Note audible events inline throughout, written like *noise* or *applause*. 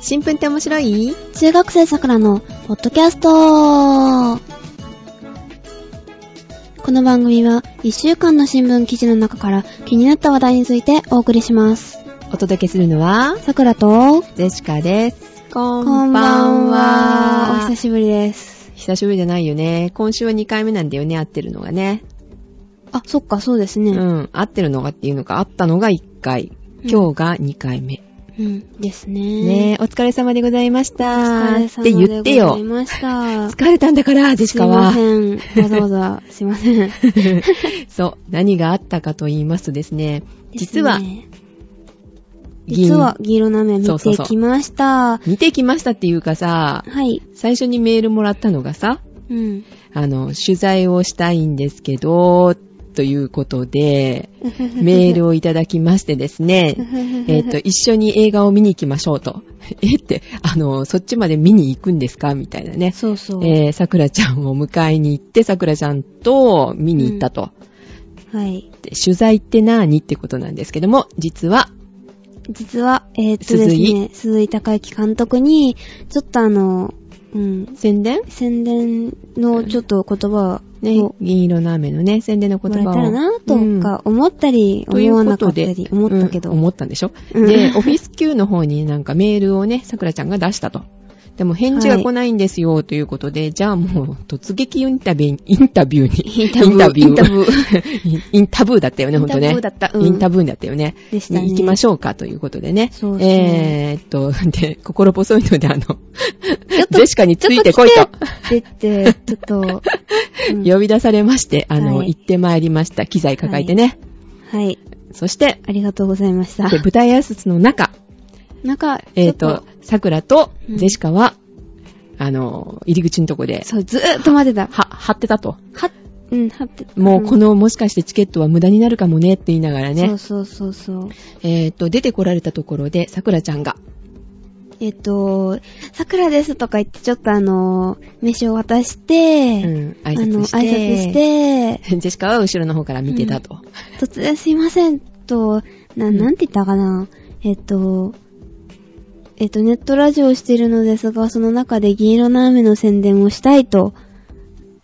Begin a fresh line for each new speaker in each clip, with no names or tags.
新聞って面白い
中学生さくらのポッドキャストこの番組は1週間の新聞記事の中から気になった話題についてお送りします。
お届けするのは、
さくらと、
ジェシカです。こ
お久しぶりです。
久しぶりじゃないよね。今週は2回目なんだよね、会ってるのがね。
あ、そっか、そうですね。
うん、会ってるのがっていうのか、会ったのが1回。今日が2回目。
うん、ですね。
ねえ、お疲れ様でございまし
お
た。
疲れ
って言
様
って
でご
よ
ざい。ました。
疲れたんだから、ジェシ
すい
カ
ま
は。
せん。わざわざ、すいません。
そう、何があったかと言いますとですね、 *laughs* 実は
です、ね実は、銀色な目見
そうそう
て
そう
きました。
見てきましたっていうかさ、
はい。
最初にメールもらったのがさ、
うん。
あの、取材をしたいんですけど、ということ
*laughs*
で、メール
を、
をいただきましてですね、
*laughs*
えっと、一緒に映画を見に行きましょうと。 *laughs* えって、あの、そっちまで見に行くんですかみたいなね。
そうそう。
えー、桜ちゃんを迎えに行って、桜ちゃんと見に行ったと。
はい。
で取材って何ってことなんですけども、実は、
実は、えーっと
鈴
です
井
ね、鈴井孝之監督に、ちょっとあの、うん、
宣伝
宣伝のちょっと言葉
ね
を、
銀色の雨のね、宣伝の言
もらえ
葉を。
たらな、
うん
とか思ったり、
とい
思わ
うこ
な
と
かった
で
り、思ったけど。
うん思ったんでしょ、
うん
で、オフィス Q の方になんかメールをね、さくらちゃんが出したと。でも返事が来ないんですよ、ということで、じゃあもう突撃インタビュー、インタビューに。
インタビ
イ
ューイ
ン
ン
タ
タ
ビュー。 *laughs* インタブーだったよね、ほんとね。
インタブーだったうん
インタブーだったよね。
でしたね
に行きましょうか、ということでね。
そうそう
えーっと、で、心細いので、あの、
ちょっと
ジェシカについてこいと。
出て、ちょっと、うん
呼び出されまして、あの、
はい
行ってまいりました。機材抱えてね。
はい。
そして、
ありがとうございました
で。舞台挨拶の中、
なんか、
えっ、
ちょっ
と、桜と
うん
ジェシカは、あの、入り口のとこで、
そう、ずーっと待ってた。
は、張ってたと。
は、うん、はって。
もうこ
の
の、もしかしてチケットは無駄になるかもねって言いながら
ね。そ
ね
う、そうそうそう。
えっ、と、出てこられたところで、桜ちゃんが、
えっと、桜ですとか言って、ちょっとあの、飯を渡して、
うん挨
あ
拶
の、
して
挨拶して、
*laughs* ジェシカは後ろの方から見てたと。
突然すいませんと、な、
うん
なんて言ったかな。えっと、えっと、ネットラジオをしているのですが、その中で銀色の雨の宣伝をしたいと、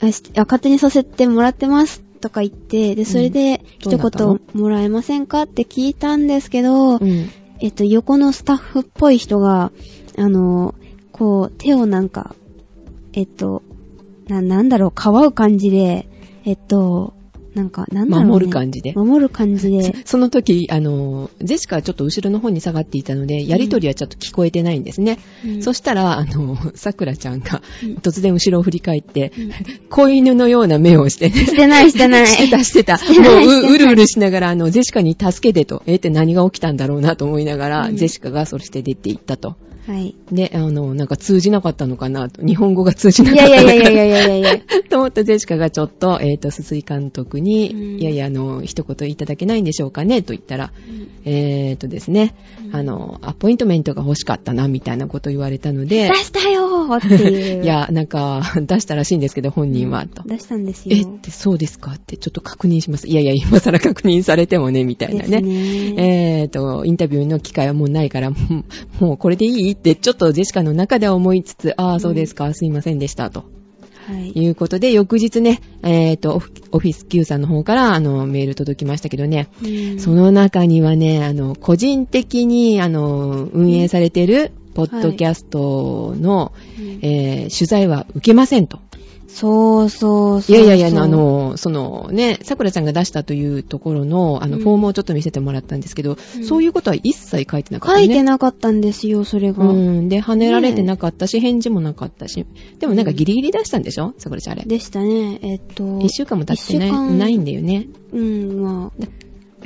あ、しあ勝手にさせてもらってますとか言って、で、それで、
うん
一
どうなったの
言もらえませんかって聞いたんですけ
う
ど、
ん。
えっと、横のスタッフっぽい人が、あの、こう、手をなんか、えっと、な、なんだろう、かわう感じで、えっと、なんか、なんだろう、ね。
守る感じで
守る感
*laughs*
じで。
その時、あの、ジェシカはちょっと後ろの方に下がっていたので、やりとりはちょっと聞こえてないんですね。そ
し
したら、あの、桜ちゃんが
うん
突然後ろを振り返って、
うん
子犬のような目をしてね、
てない、してない。
してた、してた。
*laughs* してない
も
して
う
な
う、
いう
るうるしながら、あの、ジェシカに助けてと、えって何が起きたんだろうなと思いながら、
うん
ジェシカがそして出て行ったと。
はい。
で、あの、なんか通じなかったのかなと、日本語が通じ
い
なかっ
や
た
い
のかな。
やいやいやいやいやい
*laughs*
やいや。
と思ったジェシカがちょっと、えっ、と、鈴井監督に、
うん
いやいや、あの、一言いただけないんでしょうかね、と言ったら、えっ、とですね、
うん
あの、アポイントメントが欲しかったな、みたいなこと言われたので
出、したよーっていう。
いや、なんか、出したらしいんですけど、本
うん、
人は、と。
出したんですよ。
えってそうですかってちょっと確認します。いやいや、今更確認されてもね、みたいなね。
ですね
えっと、インタビューの機会はもうないから、もうもうこれでいいって、ちょっとジェシカの中では思いつつ、ああ、そうですか、すいませんでした、と
はい。
いうことで、翌日ね、えっ、と、オフオフィス Q さんの方から、あの、メール届きましたけどね、
うん
そ、の中にはね、あの、個人的に、あの、運営されている、ポッドキャストの、
うん
えー取材は受けませんと。
そうそう
い
そう。
やいやいや、あ、の、そのね、桜ちゃんが出したというところの、あの、
うん
フォームをちょっと見せてもらったんですけど、
うん
そういうことは一切書いてなかった
書
ね。
いてなかったんですよ、それが。
うん。で、跳ねられてなかったし、返事もなかったし。でもなんかギリギリ出したんでしょ桜ちゃんあれ。
でしたね。えっと、
一週間も経ってない
一週間
ないんだよね。
うん、まあ、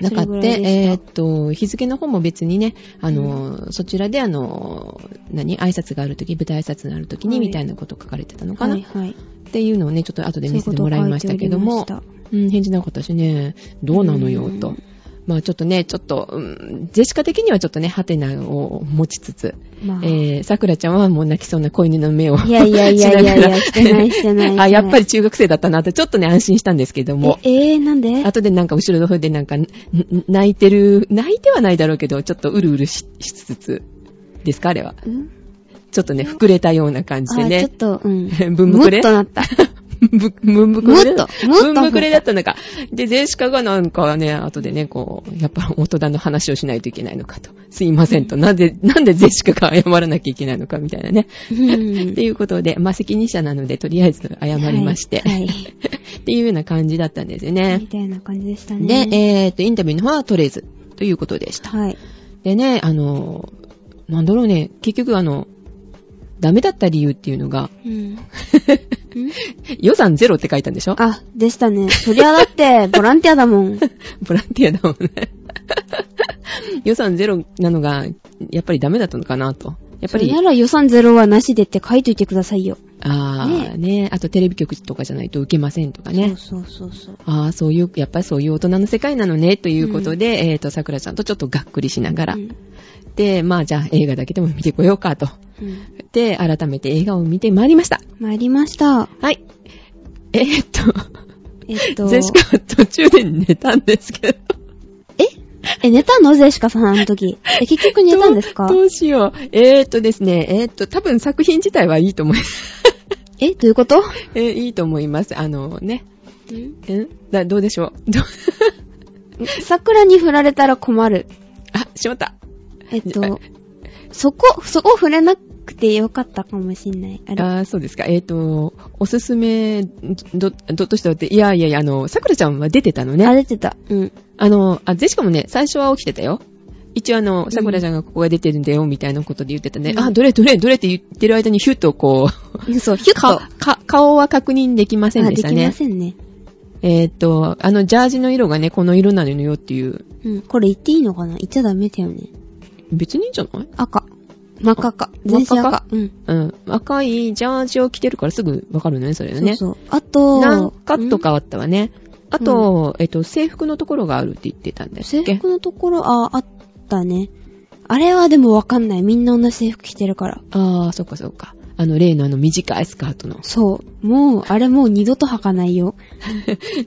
なかっ
それぐ
て、
らいでした
えーっと、日付の方も別にね、あの、そちらであの、何挨拶があるとき、舞台挨拶があるときに、
はい
みたいなこと書かれてたのかな、
はいはい。
っていうのをね、ちょっと後で見せてもらいましたけども、
そういうことを書いておりま
うん、返事なかったしね、どうなのよ、
う
と
ん。
まあちょっとね、ちょっと、うん、ジェシカ的にはちょっとね、ハテナを持ちつつ、
したまあ、
えー、桜ちゃんはもう泣きそうな子犬の目を。
いやいやいやいやいや
*laughs* し
してないしてないしてな
*laughs* あ、
い
やっぱり中学生だったなって、ちょっとね、安心したんですけども。
え、えー、なんで
後でなんか後ろの方でなんか、んん泣いてる、泣いてはないだろうけど、ちょっとうるうるししつつ、ですかあれは。
うん
ちょっとね、膨れたような感じで
あちょ
ね
っ。と、うん。
*laughs* ぶんぶくれ
むっとなった。
ぶ、 *laughs* むんぶくれ
もっともっと
ぶんぶくれだったのか。で、ゼシカがなんかね、後でね、こう、やっぱ大人の話をしないといけないのかと。すいませんと。なんで、なんでゼシカが謝らなきゃいけないのかみたいなね。
うん
っていうことで、まあ、責任者なので、とりあえず謝りまして。
はい。は
*laughs* っていうような感じだったんですよ
い
ね
み。たいな感じでした
で、
ね。
えっと、インタビューの方は取れず、ということでした。
はい。
でね、あの、なんだろうね、結局あの、ダメだった理由っていうのが、 *laughs*
うん。
予算ゼロって書いたんでしょ
あ、でしたね。そりゃだ
*laughs*
って、ボランティアだもん。
ボランティアだもんね。 *laughs* 予算ゼロなのが、やっぱりダメだったのかなと。やっぱ
それ
り
な、ら予算ゼロはなしでって書いといてくださいよ。
あーねあとテレビ局とかじゃないと受けませんとかね。
そうそうそうそう。
ああ、そういう、やっぱりそういう大人の世界なのね、ということで、えっ、と、桜ちゃんとちょっとがっくりしながら。
うん
で、まあ、じゃあ映画だけでも見てこようかと。
うん。
で、改めて映画を見てまいりました。
参りました。
はい。えーっと、
えっと、
ゼシカは途中で寝たんですけど。
ええ、寝たのゼシカさん、あ
*laughs*
の時。え、結局寝たんですか
どうしよう。えーっとですね、えーっと、多分作品自体はいいと思います。
え、どういうこと
えーいいと思います。あのね。んだどうでしょうどう *laughs*
桜に振られたら困る。
あ、しまった。
えっと、そこ、そこ触れなくてよかったかもしんない。あれ。
あーそうですか。えーっ、と、おすすめ、ど、ど、としてはって、いやいやいや、あの、桜ちゃんは出てたのね。
あ、出てた。うん。
あの、あ、ゼシカもね、最初は起きてたよ。一応あの、桜ちゃんがここが出てるんだよ、みたいなことで言ってたね。
うん
あ、どれどれどれって言ってる間にヒュッとこう、
そう、ヒュッと。
か、か、顔は確認できません
あ
で
で
した
きま
ね。
せんね。
えーっと、あの、ジャージの色がね、この色なのよっていう、
うん。これ言っていいのかな言っちゃダメだよね。
別にいいんじゃない
赤。真っ赤か。
真っ
全
赤
身
か
赤。うん。
うん。赤いジャージを着てるからすぐわかるのね、それはね。
そうそう。あと、
なんかとかあったわね。あと、えーっと、制服のところがあるって言ってたんだ
うん
っ
制
け
服のところ、あ、あったね。あれはでもわかんない。みんな同じ制服着てるから。
あー、そっかそっか。あの、例のあの短いスカートの。
そう。もう、あれもう二度と履かないよ。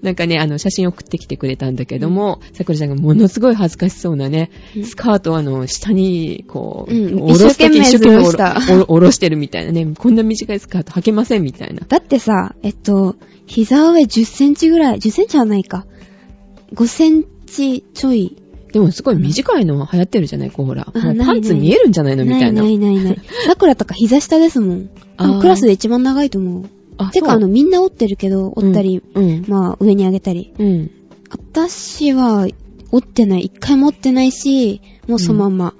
なんかね、あの、写真送ってきてくれたんだけども、さくらちゃんがものすごい恥ずかしそうなね、
うん
スカートをあの、下に、こう、
うん
下ろすとき
一生懸命
一生
ずらし
懸命おろおろおろしてるみたいなね、こんな短いスカート履けませんみたいな。
だってさ、えっと、膝上10センチぐらい、10センチはないか。5センチちょい。
でもすごい短いの流行ってるじゃないこうほら。
あ
もう
ない
パンツ
ない
見えるんじゃないのみたいな。
ないない
*laughs*
ないない。桜とか膝下ですもん。
あー
クラスで一番長いと思
あ
う。て
そ
か、
う
あの、みんな折ってるけど、折ったり、
うん。うん。
まあ、上に上げたり。
うん
私は、折ってない。一回も折ってないし、もうそのまんま。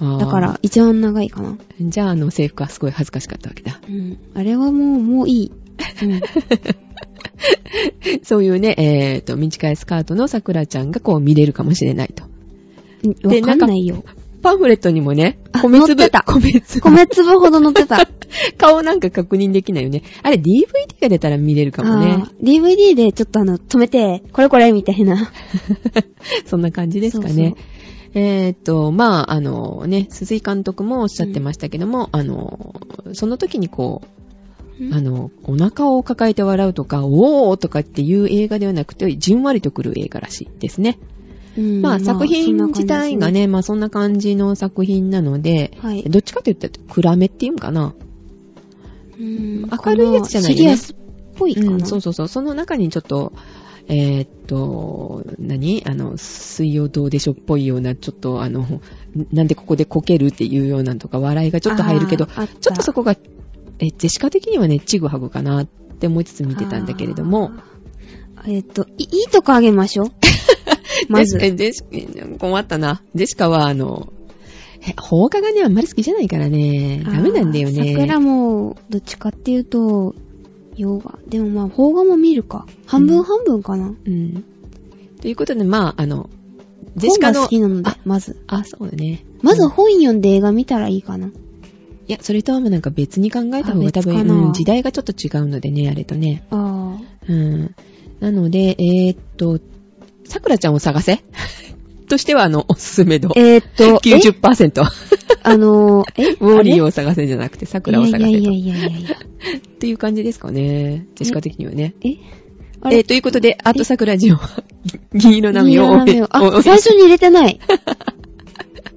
あー
だから、一番長いかな。
じゃあ、あの制服はすごい恥ずかしかったわけだ。 *laughs*
うん。あれはもう、もういい。うん。
そういうね、えっ、と、短いスカートのさくらちゃんがこう見れるかもしれないと。
わかんないよ。
パンフレットにもね、
あ
米
載っ
粒、
てた
米粒
米粒ほど乗ってた。
顔なんか確認できないよね。あれ DVD が出たら見れるかもね
あ。ー DVD でちょっとあの、止めて、これこれみたいな。
そんな感じですかね。えーっと、まあ、あのね、鈴井監督もおっしゃってましたけども、あの、その時にこう、 *laughs* あの、お腹を抱えて笑うとか、おーとかっていう映画ではなくて、じんわりとくる映画らしいですね。
うん
まあ、作品自体が。
そんな感じで
ね、
す
まあそんな感じの作品なので、
はい
どっちかといったら暗めっていうのかな。
うん
明るいやつじゃないよね
シリアスっぽいか
うん、
な。
そうそうそう。その中にちょっと、えーっと、何あの、水曜どうでしょっぽいような、ちょっとあの、なんでここでこけるっていうようなのとか、笑いがちょっと入るけど、
あーあった
ちょっとそこが、え、ジェシカ的にはね、ちぐはぐかなって思いつつ見てたんだけれども、
あー。えっと、いいいとこあげましょう。
*laughs*
まず。
ジェシカえジェシカ困ったな。ジェシカはあの、え放課がね、あんまり好きじゃないからね、ダメなんだよ
あー
ね。
桜も、どっちかっていうと、洋画。でもまあ、邦画も見るか。半分半分かな。
うん。ということで、まあ、あの、ジェ
本
シカ
が
の
好、きなので
あ、
まず。
あ、そうだね。
まず本読んで映画見たらいいかな。
いや、それとはもうなんか別に考えた方
あ
が多
別
分
か、な
うん時代がちょっと違うのでね、あれとね。
あ
うん。なので、えーっと、さくらちゃんを探せ *laughs* としては、あの、おすすめ度
あ。。えーっ
*laughs*
と、え
90%。
あのー、え
ウォーリー
を
を探せじゃなくて、さくらを探せと。
いやいやいやいやいや。
っていう感じですかね。ジェシカ的にはね。
えあ
え
れ
ー、ということで、あと *laughs* さくらジオは、銀色なみを
銀色
応
なみ
援 *laughs*
をあ、最初に入れてない。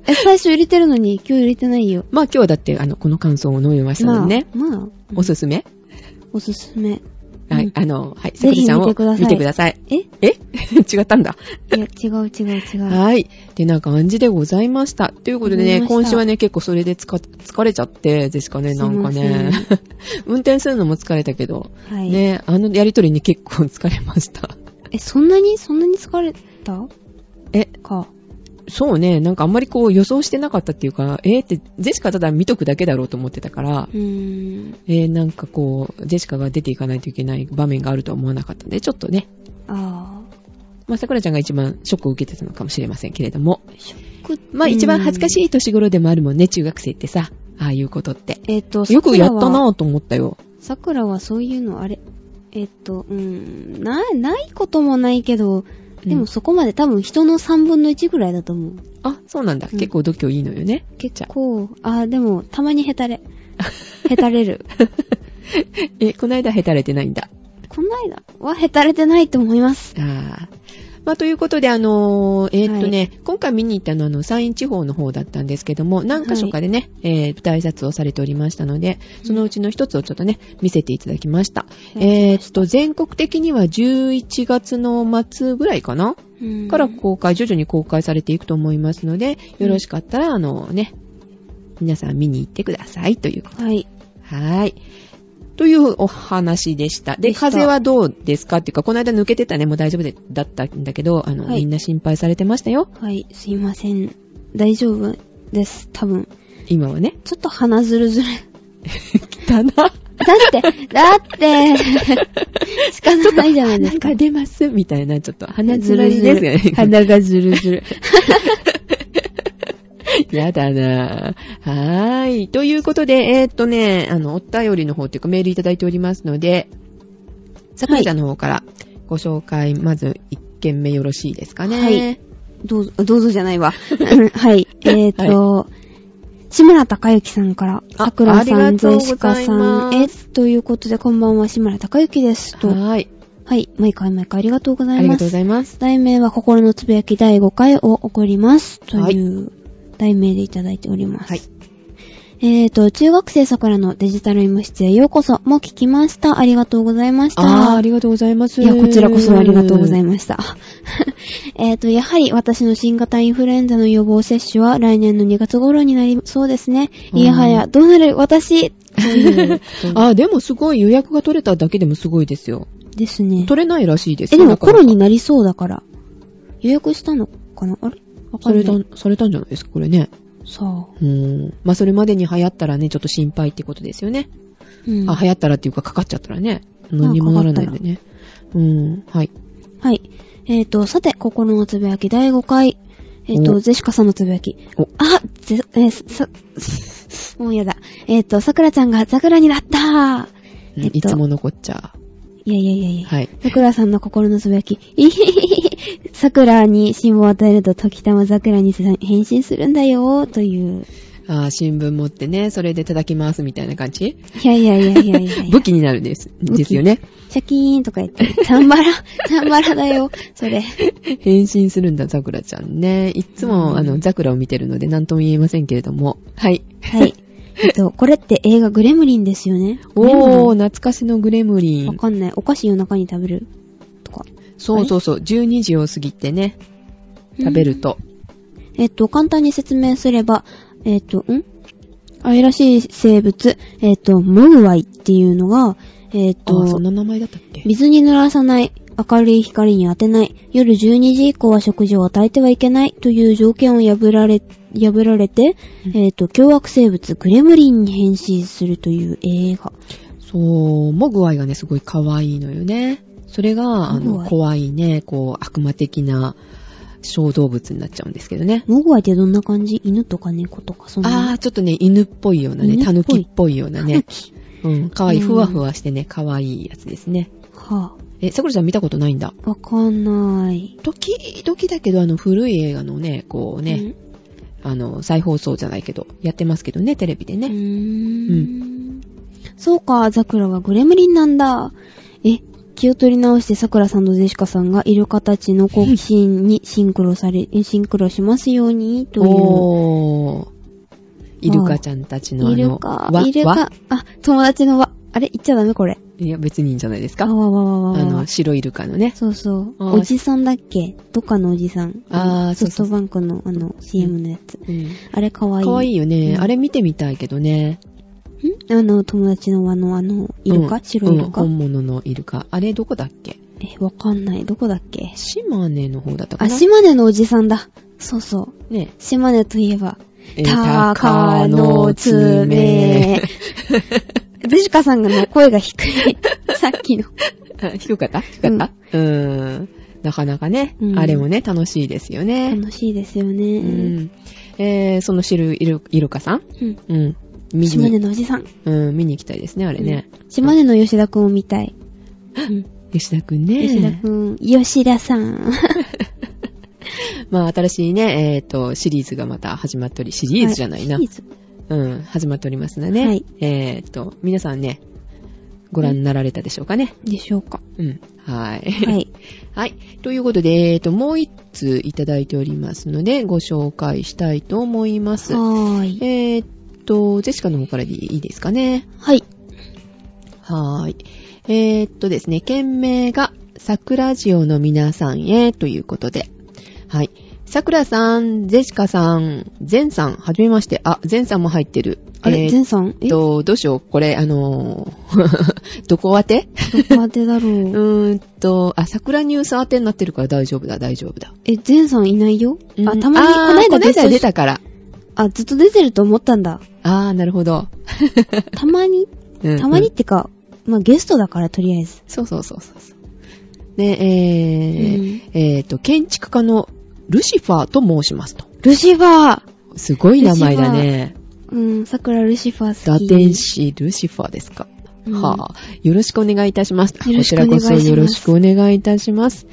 え、最初入れてるのに、今日入れてないよ。
まあ今日はだって、あの、この感想を飲みましたのでね、
まあ、まあ、
おすすめ、
おすすめ。
は
う
い
ん、
あの、はい、
ぜ
さく
ひ
ちゃんを
見てください
見てください。
えい
え *laughs* 違ったんだ。
や、違う違う違う。
はい。ってな感じでございました。ということでね、
わかりました
今週はね、結構それでつか疲れちゃってですかね、なんかね
すい。 *laughs*
運転するのも疲れたけど、
はい。
ね、あのやりとりに結構疲れました。
え、そんなに、そんなに疲れた
え、
か。
そうね、なんかあんまりこう予想してなかったっていうか、えーって、ジェシカただ見とくだけだろうと思ってたから、
うーん。
えーなんかこう、ジェシカが出ていかないといけない場面があるとは思わなかったんで、ちょっとね、
あ
まあ、桜ちゃんが一番ショックを受けてたのかもしれませんけれども、
ー。ショック
まあ一番恥ずか
い。
しい年頃でもあるもんね、中学生ってさ、ああいうことって。
えっ、と、
よくやった
桜は
なぁと思ったよ。
さくらはそういうの、あれ、えっと、うーん、な、ないこともないけど、
うん
でもそこまで多分人の3分の1ぐらいだと思う。
あ、そうなんだ。
うん
結構度胸いいのよね。
結
ゃあ
構、あー、でも、たまに
*laughs*
ヘタレ。ヘタれる。
え、こないだへたれてないんだ。
こんないだはヘタれてないと思います。
ああ。まあ、ということで、あのーえーっとね、今回見に行ったのは、あの、山陰地方の方だったんですけども、何箇所かでね、えー舞台挨拶をされておりましたので、そのうちの一つをちょっとね、見せていただきました。
うん
えーっと、全国的には11月の末ぐらいかな、
うん
から公開、徐々に公開されていくと思いますので、よろしかったら、あのね、皆さん見に行ってください、ということ
はい。
はい。というお話でした。で、
でした
風邪はどうですかっていうか、この間抜けてたね、もう大丈夫でだったんだけど、あの、
はい
みんな心配されてましたよ。
はい、すいません。大丈夫です。多分。
今はね。
ちょっと鼻ずる
*laughs*
ずる。
だな。
だって、だって、仕方ないじゃな
*laughs*
いで
な
す
ん
か
か。出ますみたいな、ちょっと鼻づまりですよ *laughs* ね。
鼻がずるずる。
*laughs* やだなぁ。はーい。ということで、えーっとね、あの、お便りの方というかメールいただいておりますので、さくらちゃんの方からご紹介、まず1件目よろしいですかね。
はいどうぞ、どうぞじゃな
*laughs*
いわ。うんはい。えっ、と、志村隆之さんから、
あ
さくらさ
あ
ん、
りがとうござい
ゼ
ます
シカさんへ、ということで、こんばんは、志村隆之です。と。
はーい。
はい。毎回毎回ありがとうござ
あ
い
りが
ま
とうご
す。
ざいます。
題名は、心のつぶやき第5回を送ります。という、題名でいただいております。
はい。
えっ、と、中学生さくらのデジタル医務室へようこそ、も聞きました。ありがとうございました。
あーありがとうございます。
いや、こちらこそありがとうござい
ま
ました。 *laughs* えっと、やはり私の新型インフルエンザの予防接種は来年の2月頃になりそうですね。
うん
いやはや、どうなる
*laughs*
私ということ
あー、でもすごい予約が取れただけでもすごいですよ。
ですね。
取れないらしいです
え、
よ。
でも
なかなか
頃になりそうだから。予約したのかなあれわか
さ
んな
れ
い。
た、されたんじゃないですか、これね。
さあ。
うーん。まあ、それまでに流行ったらね、ちょっと心配ってことですよね。
うん。
あ、
は
流行ったらっていうか、かかっちゃったらね。何にもならないんでね。うん。はい。
い。えっと、さて、心のつぶやき第5回。えっ
お
と、ゼシカさんのつぶやき。
お、
あ、ぜ、えーさ、もうやだ。えっと、さくらちゃんが桜になったーえっと
いつものこっちゃ。
いやいやいやいや。
はい。
桜さんの心のつぶやき。 *laughs* いひひひひ桜に信号を与えると時たま桜に変身するんだよーという。
あー新聞持ってね、それで叩きますみたいな感じ
いやいやいやいや
*laughs*
いやいや
武。器になるんです。
器
ですよね。
シャキーンとか言って、チャンバラ、チャンバラだよ、それ。
変身するんだ、ザクラちゃんね。いつ
うん
も、あの、ザクラを見てるので、なんとも言えませんけれども。はい。
はい。えっと、これって映画グレムリンですよね。グレム
おー、
リ
懐かしのグレムリ
ンわ
ン。
かんない。お菓子夜中に食べるとか。
そうそうそう、12時を過ぎてね、食べると。
えっと、簡単に説明すれば、えっと、ん愛らしい生物、えっと、モグワイっていうのが、えっ
あ、
と
そん、な名前だったっけ
水に濡らさない、明るい光に当てない、夜12時以降は食事を与えてはいけないという条件を破られ、破られて、
うん
えっと、凶悪生物グレムリンに変身するという映画。
そう、モグワイがね、すごい可愛いのよね。それが、あ
モグ
の、
ワイ
怖いね、こう、悪魔的な小動物になっちゃうんですけどね。
モグワイってどんな感じ犬とか猫とかそんな。
あ
あ、
ー、ちょっとね、犬っぽいようなね、
犬っぽ
タ
い
ヌキっぽいような *laughs* ね。うん、可愛い、
うん
ふわふわしてね、可愛いやつですね。
*laughs* は
え、さくらちゃん見たことないんだ。
ぁ、わかんない。
時々だけど、あの、古い映画のね、こうね、
うん。
あの、再放送じゃないけど、やってますけどね、テレビで
う
ね。
ーんそうか、ザクラはグレムリンなんだ。え、気を取り直して、桜さんとジェシカさんがイルカたちの好奇心にシンクロされ、シンクロしますように、という。
おー。イルカちゃんたちのあ
イル
の、
カ、
わ
イルカ
わ、
あ、友達のわ、あれ言っちゃダメこれ。
いや、別にいいんじゃないですか。
あわわわわ
あ
わ
の、。白イルカのね。
そうそう。
あー
おじさんだっけどっかのおじさん。
あー
ソ
そう
フ
そう
トバンクのあの CM のやつ。
うん。
あれかわいい。
かわいいよね。
うん
あれ見てみたいけどね。
んあの、友達のあの、あの、イルカ、
うん
白イルカ、
うん本物のイルカ。あれどこだっけ
え、わかんない。どこだっけ
島根の方だったか
あ、
な
島根のおじさんだ。そうそう。
ね。
島根といえば、
えー
タカの
*laughs*
爪。。ブジカさんの声が低い。 *laughs* さっきの。
あ低かった低かった、うーん。なかなかね、
うん
あれもね、楽しいですよね。
楽しいですよ
う
ね。
ん。えー、その知るイルイルカさん
うん。
うん。見
島根
に、
のおじさん。
うん、見に行きたいですね、あれね。
うん島根の吉田くんを見たい。うん
吉田くんね。
吉田くん、吉田さん。
まあ、新しいね、えっ、と、シリーズがまた始まっており、シリーズじゃないな。
シリーズ
うん、始まっておりますのでね。
はい
えっ、と、皆さんね、ご覧になられたでしょうかね。
でしょうか。
うん。はい。
はい。
*laughs* はい。ということで、えっ、と、もう一通いただいておりますので、ご紹介したいと思います。
はーい。
えーっと、ジェシカの方からでいいですかね。
はい。
はーい。えーっとですね、件名が、桜ジオの皆さんへということで。はい。桜さん、ジェシカさん、ゼンさん、はじめまして。あ、ゼンさんも入ってる。
あ
え
れ、
ー
ゼンさん
えっ、
えどこと
どうしよう。これ、あのー *laughs* どこ宛て
当てだろ
う
う。
ーんと、あ、桜ニュース宛てになってるから大丈夫だ、大丈夫だ。
え、ゼンさんいないよ
うん
あ、たまに、
あー
こないだ
この
ゲスト
間出
し。
たから。
あ、ずっと出てると思ったんだ。
あー、なるほど。
たまに、
うん
たまにってか、まあゲストだからとりあえず。
そうそうそうそうそう。ね、えー
うん
えーと、建築家のルシファーと申しますと。
ルシファー
すごい名前だね。
うん、桜ルシファー好
打
き。
天使ルシファーですか。
うん
はぁ、よろしくお願いいたします。こ
よろし
ち
くお
ら
願い
こ
します
そよろしくお願いいたします。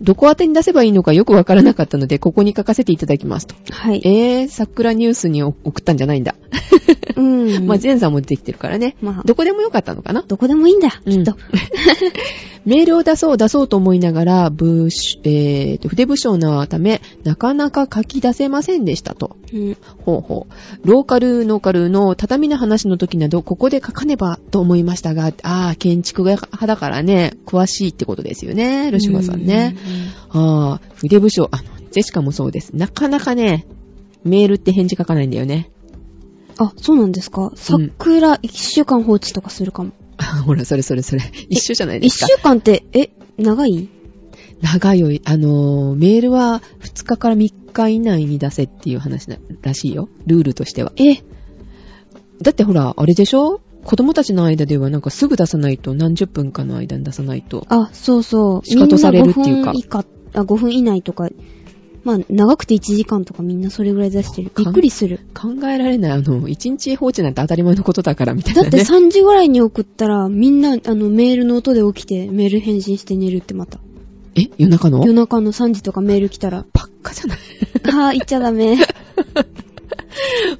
どこ宛てに出せばいいのかよくわからなかったので、ここに書かせていただきますと。
はい。
えー、桜ニュースに送ったんじゃないんだ。
うん。
まあ、前さんもできてるからね。
まあ
どこでもよかったのかな
どこでもいいんだ、
うん
きっと。
メールを出そう出そうと思いながら、ぶしえーと、筆不詳なため、なかなか書き出せませんでしたと。
うん。
ほうほう。ローカル、ノーカルの畳の話の時など、ここで書かねばと思いましたが、ああ、建築家派だからね、詳しいってことですよね、ルシファーさんね。ああ、筆不詳、あの、ジェシカもそうです。なかなかね、メールって返事書かないんだよね。
うん。あ、そうなんですか桜一週間放置とかするかも。
あほら、それそれそれ。一緒じゃないで
一
すか。
週間って、え、長い
長いよ、あのー、メールは2日から3日以内に出せっていう話ならしいよ。ルールとしては。
え、
だってほら、あれでしょ子供たちの間ではなんかすぐ出さないと、何十分かの間に出さないと。
あ、そうそう。
仕方されるっていうか
みんな5分以下、あ、5分以内とか、まあ、長くて1時間とかみんなそれぐらい出してる。びっくりする。
考えられない。あの、1日放置なんて当たり前のことだからみたい
だ
な
っ
ね。
て3時ぐらいに送ったら、みんな、あの、メールの音で起きて、メール返信して寝るってまた。
え、夜中の
夜中の3時とかメール来
*laughs*
たら、
ばっかじゃない
ああ、言っちゃ
*laughs*
ダメ。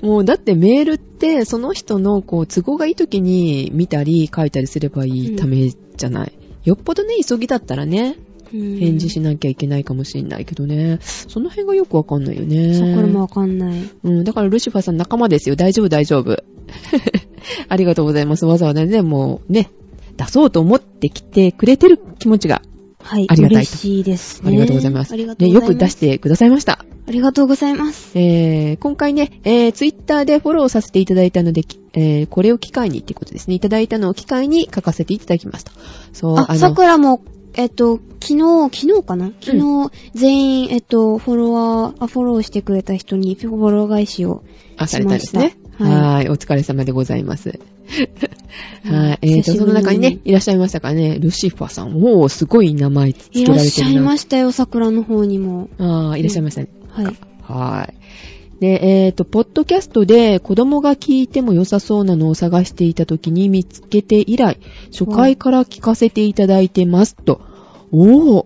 もうだってメールって、その人のこう、都合がいい時に見たり書いたりすればいいためじゃない。よっぽどね、急ぎだったらね、返
返
事しなきゃいけないかもしれないけどね。その辺がよくわかんないよね。
そこからもわかんない。
うん、だからルシファーさん仲間ですよ。大丈夫、大丈夫。 *laughs* ありがとうございます。わざわざね、もうね、出そうと思ってきてくれてる気持ちが、
はい。
ありがたいと
嬉しいですね。
ありがとうございます。
ありがとう
ね、
ござい
よ
ます。
く出してくださいました。
ありがとうございます。
えー、今回ね、えー、ツイッターでフォローさせていただいたので、きえー、これを機会にってことですね。いただいたのを機会に書かせていただきました。そう、
あ、
の、
桜も、えっと、昨日、昨日かな昨日、全員、えっと、フォロワー、あフォローしてくれた人に、フォロー返しを。
あ、されたんですね
し。ました
はい。お疲れ様でございます。はい。えーと、
久しぶりに
その中にね、いらっしゃいましたかね、ルシファーさん。おー、すごい名前つけ
い
ら
ら
れ
っ
て
しゃ
る
い
な。
ましたよ、桜の方にも。
あー、いらっしゃいましたね。
はい。
はい。で、えっ、と、ポッドキャストで子供が聞いても良さそうなのを探していた時に見つけて以来、初回から聞かせていただいてますと。おー、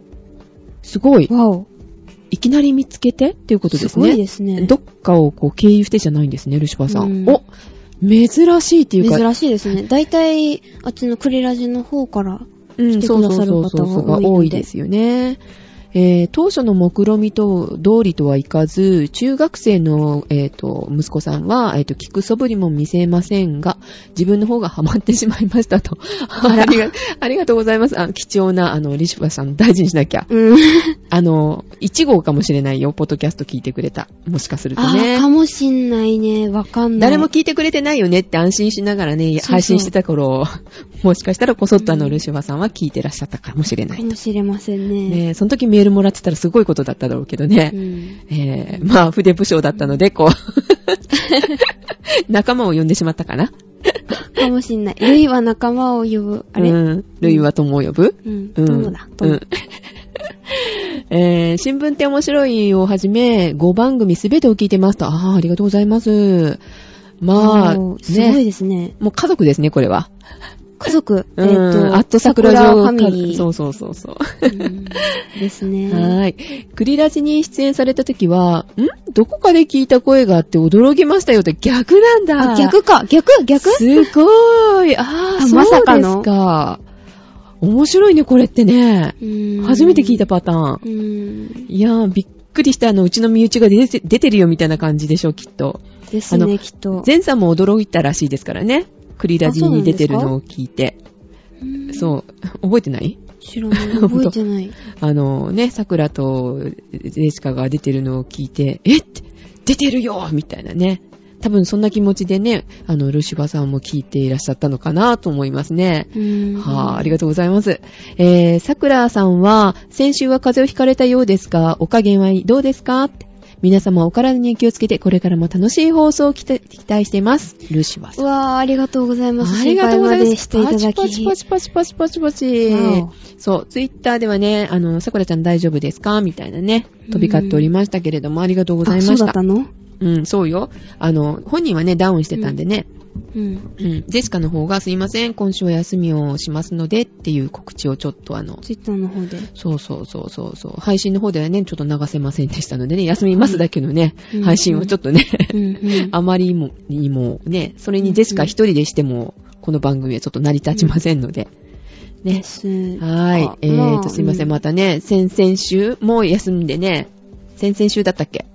すごい。
わお。
いきなり見つけてっていうことですす
ごい
ね。
ですね。
どっかをこう経由してじゃないんですね、ルシファーさん。
うん
お珍しいっていうか、
珍しいですね。だいたい、あっちのクリラジの方から
うん、
来てくださる
そうそうそうそう
方が多いので
多いですよね。えー当初の目論見みと通りとはいかず、中学生の、えーと息子さんは、えーと聞く素振りも見せませんが、自分の方がハマってしまいました
*laughs*
と。ありがありがとうございます。あ貴重な、あの、リシュバさん大事にしなきゃ。
*laughs* うん。
あの、1号かもしれないよ、ポッドキャスト聞いてくれた。もしかすると
あ
ね
ー、。かもしんないね。わかんない。
誰も聞いてくれてないよねって安心しながらね、
そうそう
配信してた頃、 *laughs* もしかしたらこそっとあの、
うん
ルシファーさんは聞いてらっしゃったかもしれな
か
いと。
もしれませんね。
ねえその時メールもらってたらすごいことだっただろうけど
う
ね。
ん。
えー、まあ、筆不詳だったので、こう、 *laughs* 仲間を呼んでしまったかな。
かもしんない。ルイは仲間を呼ぶ。あれ
う
うん。
ん。ルイは友を呼ぶ
友だ。
う
友
ん。 *laughs* えー新聞って面白いをはじめ、5番組すべてを聞いてますと。ああ、ありがとうございます。まあ、
おーすごい
ね。
ですね。
もう家族ですね、これは。
家族。
うん、アット桜
桜
城
ファミリー。
そうそうそうそう。
うんですね。
はーい。クリラジに出演された時は、んどこかで聞いた声があって驚きましたよって逆なんだ。
あ、逆か。逆逆
すごい。ああ、
あ
ま
ま
さか
さか
の。で
の
すか。面白いね、これってね。初
初
めて聞いた。パターン。
うん。
いやー、びっくりした。あの、うちの身内が出て出てるよみたいな感じでしょう、きっと。
です
あの
ね、きっと。
前さんも驚いたらしいですからね。クリラジに出てるのを聞いて。
うん
そう。覚えてない
知らない。覚えてない。
あのね、桜とジェシカが出てるのを聞いて、えって、出てるよみたいなね。多分そんな気持ちでね、あの、ルシファーさんも聞いていらっしゃったのかなと思いますね。
うん
はぁ、ありがとうございます。えー、桜さんは、先週は風邪をひかれたようですが、お加減はどうですかって皆様お体に気をつけて、これからも楽しい放送を期待期待しています。ルシファーさん
うわぁ、ありがとうございます。
ありがとうござい
心配ま
ま。
ですしていただき。
パチパチパチパチパチパチパ
わ
チ。そう、ツイッターではね、あの、さくらちゃん大丈夫ですかみたいなね、飛び交っておりましたけれども、ありがとうございま
あ、そう
し。
だったたの
うん、そうよ。あの、本人はね、ダウンしてたんでね、
うん。
うん、ジェシカの方がすいません、今週お休みをしますのでっていう告知をちょっとあの、
ツイッターの方で。
そうそうそうそうそう、配信の方ではね、ちょっと流せませんでしたのでね、休みますだけのね、
うん
配信をちょっとね、
うんうん。
*laughs* あまりにもにもね、それにジェシカ一人でしても、この番組はちょっと成り立ちませんので。
で
ね。
す。
は
あ
い。えー
ま
と、
あ
すいません。
う
またね、先々週も休んでね、先々週だったっけ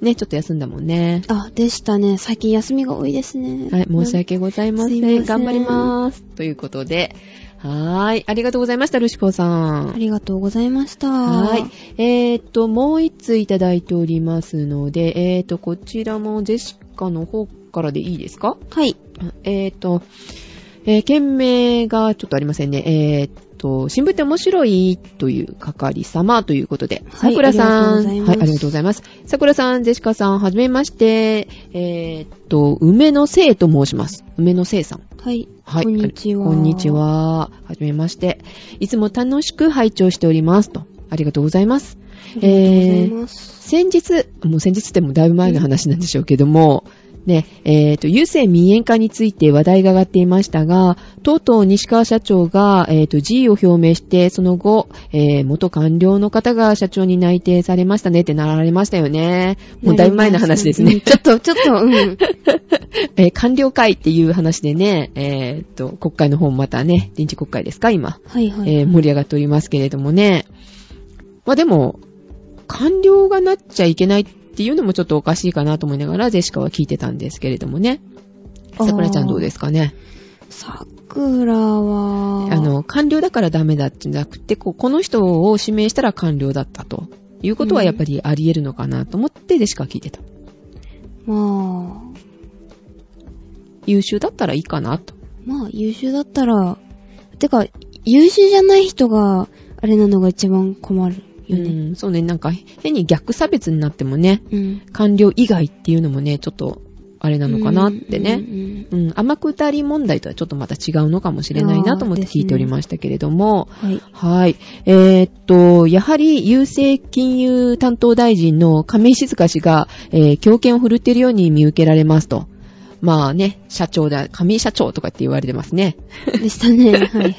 ね、ちょっと休んだもんね。
あ、でしたね。最近休みが多いですね。
はい、申し訳ございません。
すいません
頑張ります。ということで、はーい。ありがとうございました、ルシポさ
うんあ
ん。
りがとうございました。
はーい。えーと、もう一ついただいておりますので、えーと、こちらもジェシカの方からでいいですか
はい。
えっ、と、えー件名がちょっとありませんね。えっ、と、新聞って面白いという係様ということで、
はい
さくらさん、
あり
はい、ありがと
がと
う
う
ご
ご
ざいます。さくらさん、ジェシカさん、はじめまして、えっ、と、梅のせいと申します。梅のせいさん。
はい。
はい。
こんにちは
こんにちは。はじめまして。いつも楽しく拝聴しております。と。ありがとうございます。
ありがとうございます。
先日、もう先日でもだいぶ前の話なんでしょうけども、ね、えっ、と、郵政民営化について話題が上がっていましたが、とうとう西川社長が、えっ、と、辞意を表明して、その後、えー元官僚の方が社長に内定されましたねってなられましたよね。もうだいぶ前の話です
うん
ね。
ちょっと、ちょっ
*laughs*
と、うん。
えー官僚会っていう話でね、えっ、と、国会の方もまたね、臨時国会ですか、今。
はいはい。
えー盛り上がっておりますけれどもね。まあでも、官僚がなっちゃいけないっていうのもちょっとおかしいかなと思いながら、ジェシカは聞いてたんですけれどもね。
あー
さくらちゃんどうですかね
さくらは、
あ、の、官僚だからダメだってなくて、こうこの人を指名したら官僚だったということはやっぱりあり得るのかなと思って、ジェシカは聞いてた。
まあ、
優秀だったらいいかなと。
まあ、優秀だったら、てか、優秀じゃない人が、あれなのが一番困るよね。
うん、そうね、なんか変に逆差別になってもね、
うん。
官僚以外っていうのもね、ちょっとあれなのかなってね。
うんうんうん
うん、天下り問題とはちょっとまた違うのかもしれないなと思って聞いておりましたけれども、
はい。
はい。えーっと、やはり、郵政金融担当大臣の亀井静香氏が、えー強権を振るっているように見受けられますと。まあね、社長だ、亀井社長とかって言われてますね。
でした
*laughs*
ね。はいはい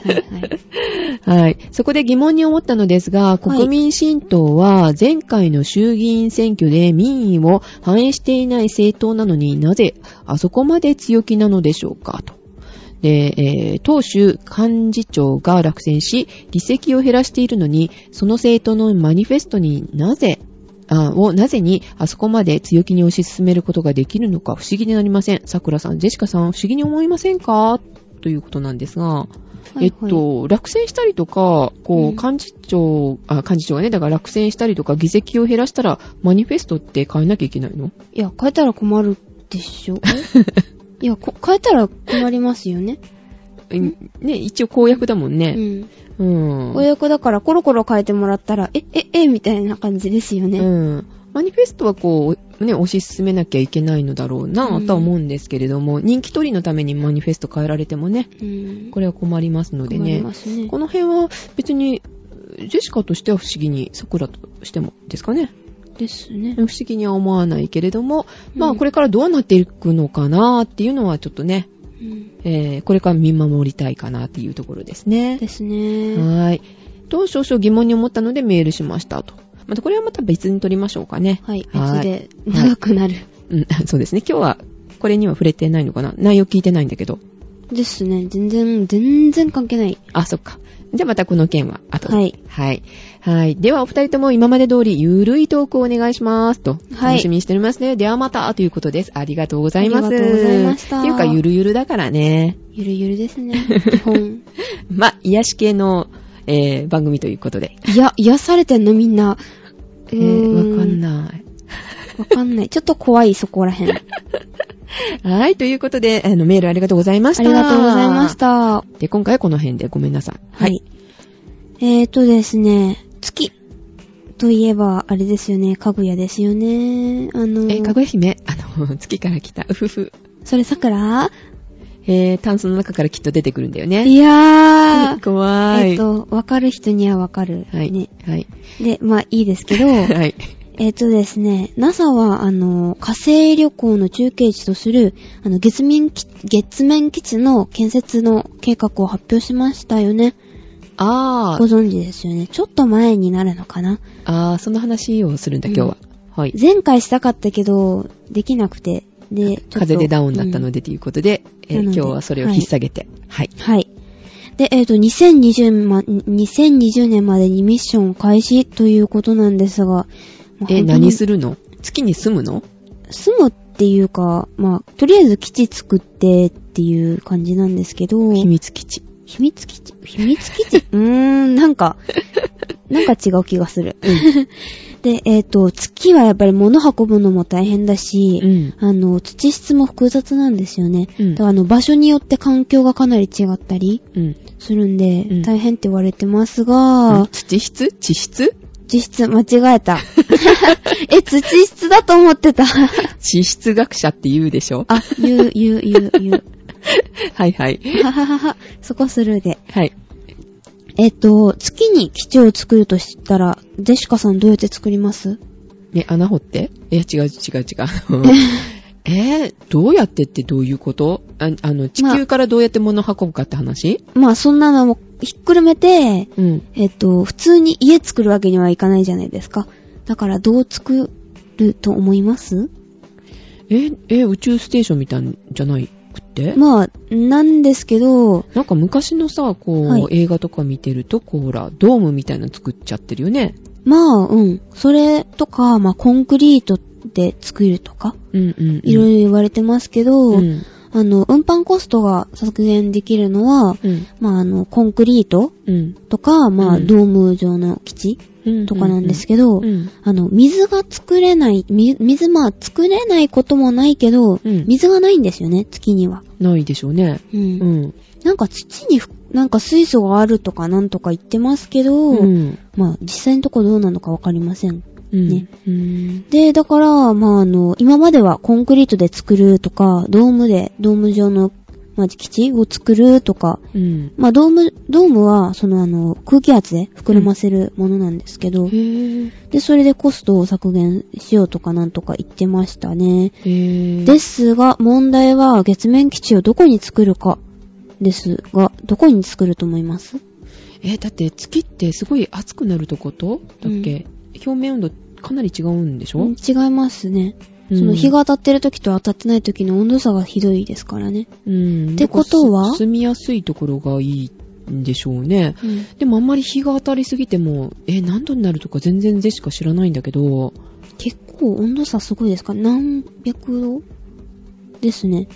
はい。
はい。そこで疑問に思ったのですが、国民新党は前回の衆議院選挙で民意を反映していない政党なのになぜあそこまで強気なのでしょうかと。で、えー当主幹事長が落選し、議席を減らしているのに、その政党のマニフェストになぜ、あをなぜにあそこまで強気に推し進めることができるのか不思議でなりません。桜さん、ジェシカさん、不思議に思いませんかということなんですが、えっと、落選したりとか、こう、
うん
幹事長、あ、幹事長がね、だから落選したりとか、議席を減らしたら、マニフェストって変えなきゃいけないの
いや、変えたら困るで
*laughs*
しょいや、こ変えたら困りますよね。
えね、一応公約だもん
う
ね。
ん。
うん。
親子だからコロコロ変えてもらったら、え、え、え、みたいな感じですよね。
うん。マニフェストはこう、ね、推し進めなきゃいけないのだろうな、とは思うんですけれども、人気取りのためにマニフェスト変えられてもね、
うん。
これは困りますので
困り
ね。
ますね。
この辺は別に、ジェシカとしては不思議に、桜としてもですかね。
ですね
不。思議には思わないけれども、まあ
うん
これからどうなっていくのかなっていうのはちょっとね、
うん。
えーこれから見守りたいかなっていうところですね。
ですね。
はーい。と少々疑問に思ったのでメールしましたと。またこれはまた別に取りましょうかね。
はい。
は
別
い
で長くなる。
うん、 *laughs* そうですね。今日はこれには触れてないのかな内容聞いてないんだけど。
ですね。全然、全然関係ない。
あ、そっか。じゃあまたこの件は後で。
はい。
はい。はい。では、お二人とも今まで通り、ゆるいトークをお願いします。と。
はい
楽しみにしておりますね。ではまた、ということです。ありがとうございます。
ありがとうございました
っていうか、ゆるゆるだからね。
ゆるゆるですね。基本。
まあ、癒し系の、えー、番組ということで。
いや、癒されてんのみんな。
えー、わかん
い。
ない。
わかんない。ちょっと怖い、そこらへん。あ
はい。ということで、あの、メールありがとうございました。
りがとうございまし。た。
で、今回はこの辺でごめんなさい。
はい。。えーとですね、月といえば、あれですよね、かぐやですよね。あのー、
えー、かぐや姫、あの、月から来た、うふふ。
それさくら
えー、炭素の中からきっと出てくるんだよね。
いやー、
怖い。
えっ、と、わかる人にはわかる。
はい。
ね。
はい。
で、まあいいですけど、
*laughs* はい。
えっとですね、NASA は、あの、火星旅行の中継地とする、あの、月面基、月面基地の建設の計画を発表しましたよね。
あ
ご存知ですよね。ちょっと前になるのかな。
ー、あー、その話をするんだ、今日は。はい。
前回したかったけど、できなくて。で、ちょっと
風邪でダウンだったのでということで、えー
なの
今日
で
はそれを引っ提げて。はい。
うんはい。で、えっ、と、2020ま、2020年までにミッション開始ということなんですが、まあ
えー、
本当に
何するの月に住むの
住むっていうか、まあ、とりあえず基地作ってっていう感じなんですけど、
秘密基地。
秘密基地秘密基地 *laughs* うーん、なんか、なんか違う気がする。 *laughs* で、えっ、と、月はやっぱり物運ぶのも大変だし、
うん
あの、土質も複雑なんですよね。
うん
だからあの、場所によって環境がかなり違ったり
うん。
するんで、
うん
大変って言われてますが、
土質地質
土質間違えた。 *laughs* え、土質だと思ってた。 *laughs*
地質学者って言うでしょ
あ、言う、言う、言う、言う。
はいはい。
はははは、そこスルーで。
はい。
えっと、月に基地を作るとしたら、ジェシカさんどうやって作ります
ね、穴掘っていや、違う *laughs* 違う違う。えー、どうやってってどういうことああの、地球からどうやって物を運ぶかって話、
まあ、そんなのもひっくるめて、
うん。
えっと、普通に家作るわけにはいかないじゃないですか。だから、どう作ると思います
え、え、宇宙ステーションみたいんじゃないくって
まあ、なんですけど、
なんか昔のさ、こう、
はい
映画とか見てると、こう、ほら、ドームみたいなの作っちゃってるよね。
まあ、うん。それとか、まあ、コンクリートで作るとか、
うんうん、うん。
いろいろ言われてますけど、
うん。
あの、運搬コストが削減できるのは、
うん。
まあ、あの、コンクリート
うん。
とか、まあ、
うん
ドーム状の基地
うん。
とかなんですけど、
うん。
あの、水が作れない、み水、まあ、作れないこともないけど、
うん
水がないんですよね、月には。
ないでしょうね。
う。
うんん。
なんか土にふ、なんか水素があるとかなんとか言ってますけど、
うん。
まあ、実際のとこどうなのかわかりません。
うん。
ね
うん。
で、だから、まあ、あの、今まではコンクリートで作るとか、ドームで、ドーム状の、まあ、基地を作るとか、
うん。
まあ、ドーム、ドームは、そのあの、空気圧で膨らませるものなんですけど、
へぇ
で、それでコストを削減しようとかなんとか言ってましたね。
へぇ。
ですすが、問題は月面基地をどこに作るかですが、どこに作ると思います
え、だって月ってすごい熱くなるとことだっけ、表面温度かなり違うんでしょ、
うん違いますね。その日が当たってる時と当たってない時の温度差がひどいですからね。
うん。
ってことは
なんか住みやすいところがいいんでしょうね。
うん。
でもあんまり日が当たりすぎても、え、何度になるとか全然ぜしか知らないんだけど、
結構温度差すごいですか何百度ですね。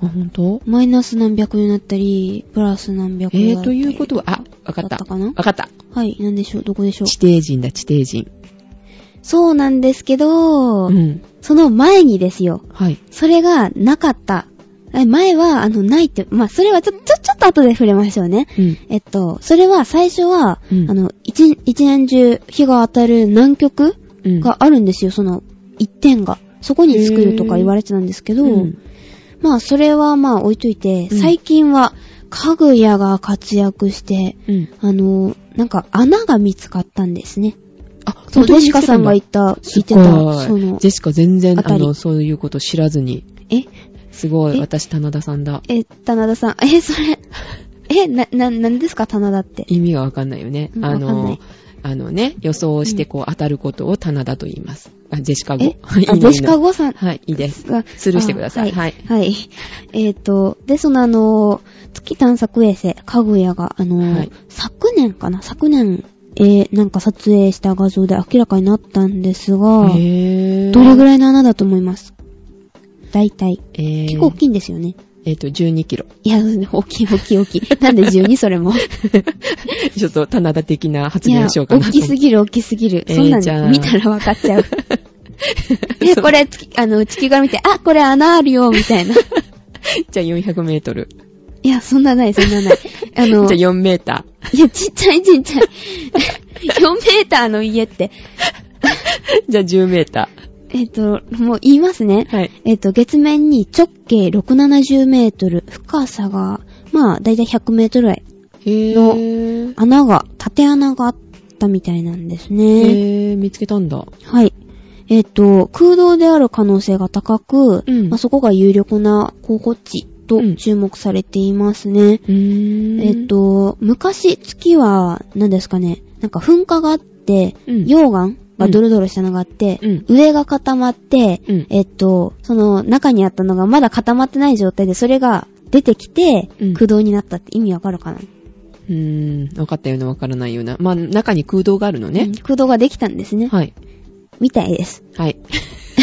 あ、ほんと
マイナス何百になったり、プラス何百
え
に
ー、
なった
と
り。
いうことは、あ、わかっ
だ
た。
ったかな
わかった。
はい、なんでしょうどこでしょう
地底人だ、地底人。
そうなんですけど、
うん。
その前にですよ。
はい。
それがなかった。え前は、あの、ないって、まあ、それはちょ、ちょ、ちょっと後で触れましょうね。
うん。
えっと、それは最初は、
うん
あの、一、一年中日が当たる南極
うん。
があるんですよ、その一点が。そこに作るとか言われてたんですけど、
うん
まあ、それはまあ置いといて、
うん
最近は、かぐやが活躍して、
うん。
あの、なんか穴が見つかったんですね。
あ、
そう、
本当
デ
に
シカさんが言った、言ってた、
す
そ
ごい
の
ジ、ェシカ全然、
あた
あ
り
の、そういうこと知らずに。
え、
すごい、
え
私、棚田さんだ。
え、棚田さん、え、それ、え、な、な、なんですか、棚田って。
意味がわかんないよね。
うん
あ
わかんない
の、あのね、予想してこう当たることを棚田と言います。あ、ジェシカ語。
え
*laughs* いい、の
あ、デシカ。
いい
ゴさ
の
ん
はい、いいです。
が、
スルーしてください
あはい。はいえっ、と、で、そのあの、月探索衛星、かぐやが、あの、
はい
昨年かな昨年、えーなんか撮影した画像で明らかになったんですが、
へ
どれぐ
い
らいの穴だと思います大体。
えー、
結構大きいんですよね。
えっ、と、12キロ。 *laughs*
いや、そうですね大きい大きい大きい。なんで12それも。
ちょっと棚田的な発
いや、
言をしようかな
大
と。
きすぎる大きすぎる。
えー
そんな
じゃ
の
あ
見たら分かっちゃう。
*laughs*
え、これ、月あの、地球から見て、あ、これ穴あるよ、み
*laughs*
たいな。
じゃあ400メートル。
いや、そんなない、そんなない。あ
じゃあ
の、い
4メータ
や、ちっちゃいちっちゃい。4メーターの家って。
ー。 *laughs* じゃあ10メータ
えっ、と、もう言いますね。
ー。はい。
えっ、と、月面に直径6、70メートル、深さが、まあ、だいたい100メートルぐらい。
へぇー。
穴が、縦穴があったみたいなんですね。
へぇー、見つけたんだ。
はい。えっ、と、空洞である可能性が高く、
うん
まあ、そこが有力な候補地と
うん
注目されていますね。
うーん。
えっ、と、昔月は、何ですかね、なんか噴火があって、
うん
溶岩がドロドロしたのがあって、
うん
上が固まって、
うん
えっと、その中にあったのがまだ固まってない状態で、それが出てきて
うん、
空洞になったって意味わかるかな、
うーん、わかったようなわからないような。まあ、中に空洞があるの
う
ね
ん。空洞ができたんですね。
はい。
みたいです。
はい。 *laughs*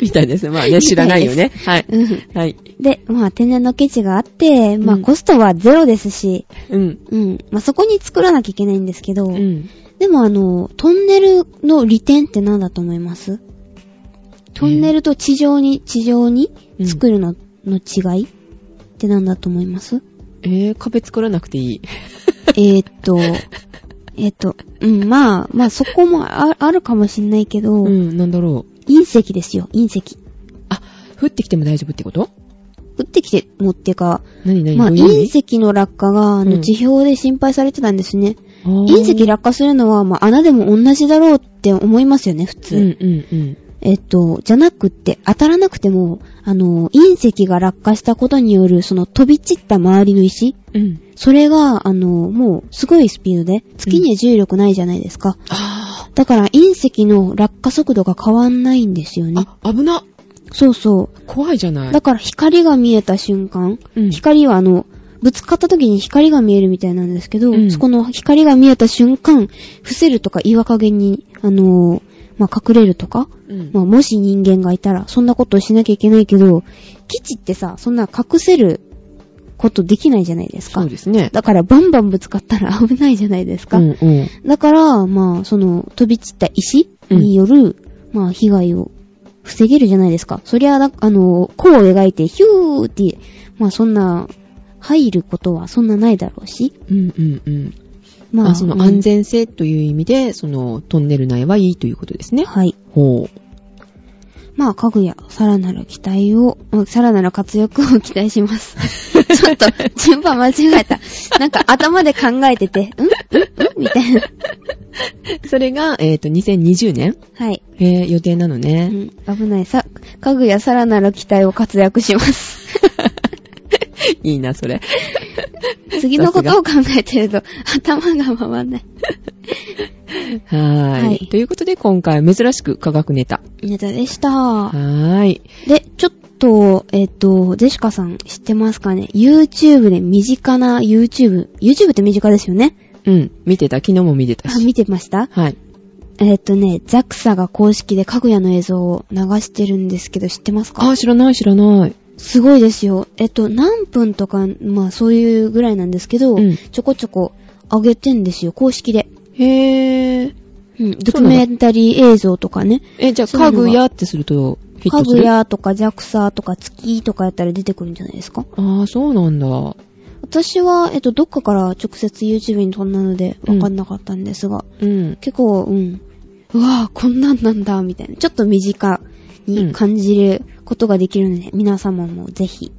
みたいです。まあね、知らないよね。はい。
うん
はい。
で、まあ天然の基地があって、まあ
うん
コストはゼロですし、
うん。
うん、まあそこに作らなきゃいけないんですけど、
うん。
でもあの、トンネルの利点って何だと思いますトンネルと地上に、地上に
うん
作るの、の違いって何だと思います
*laughs* えー、壁作らなくていい。
えーっと、えーっと、うん、まあ、まあそこもああるかもしんないけど、
うん、なんだろう。
隕石ですよ、隕石。
あ、降ってきても大丈夫ってこと
降ってきてもっていうか、
何何
まあ
どういう意
隕
味
石の落下が、あ
う
の、
ん
地表で心配されてたんですね。
あー
隕石落下するのは、まあ穴でも同じだろうって思いますよね、普通。
うんうんうん。
えっと、じゃなくって、当たらなくても、あの、隕石が落下したことによる、その飛び散った周りの石、
うん。
それが、あの、もう、すごいスピードで、月には重力ないじゃないですか。
あ
だから、隕石の落下速度が変わんないんですよ
ー
ね。
あ、危な。
そうそ
怖いじゃな
う。
い。
だから、光が見えた瞬間、
うん
光は、あの、ぶつかった時に光が見えるみたいなんですけど、
うん
そこの光が見えた瞬間、伏せるとか岩陰に、あの、まあ、隠れるとか、
うん
まあ、もし人間がいたら、そんなことをしなきゃいけないけど、基地ってさ、そんな隠せることできないじゃないです
そ
か
う。ですね。
だから、バンバンぶつかったら *laughs* 危ないじゃないですか。
うんうん。
だから、まあ、その、飛び散った石による、まあ、被害を防げるじゃないですか。そりゃ、だあの、弧を描いて、ヒューって、まあ、そんな、入ることはそんなないだろうし。
うんうんうん。
ま
あ、その安、全性という意味で、そのトンネル内はいいということです
うん
ね。
はい。
ほ
まあ、かぐや、さらなる期待を、うんさらなる活躍を期待します。 *laughs* ちょっと、順番間違えた。なんか、頭で考えてて、んんんみたいな。
う。それが、えっ、と、2020年、
はい。
えー予定なの
う
ね。
ん、危ない。さ、かぐや、さらなる期待を活躍します。
いいな、それ。
次のことを考えてると、頭が回んない。
はー。
はいい
ということで、今回は珍しく科学ネタ。
ネタでした。
はーい。
で、ちょっと、えっ、と、ゼシカさん知ってますかね ?YouTube で身近な YouTube。YouTube って身近ですよね
うん。見てた。昨日も見てた
あ、
し。
見てました
はい。
えっ、とね、ザクサが公式でかぐやの映像を流してるんですけど、知ってますか
あ、知らない、知らない。
すごいですよ。えっと、何分とか、まあそういうぐらいなんですけど、
うん
ちょこちょこ上げてんですよ、公式で。
へー。
うん、ドキュメンタリー映像とかね。
え、じゃあ、
そうい
家
うのが
具屋ってするとヒッ
か
トす
ぐ
る
やとかザクサとか月とかやったら出てくるんじゃないですか
ああ、そうなんだ。
私は、えっと、どっかから直接 YouTube に飛んだので、わかんなかったんですが、
うん。
結構、うん。うわぁ、こんなんなんだ、みたいな。ちょっと身近に感じることができるので、皆様もぜひ、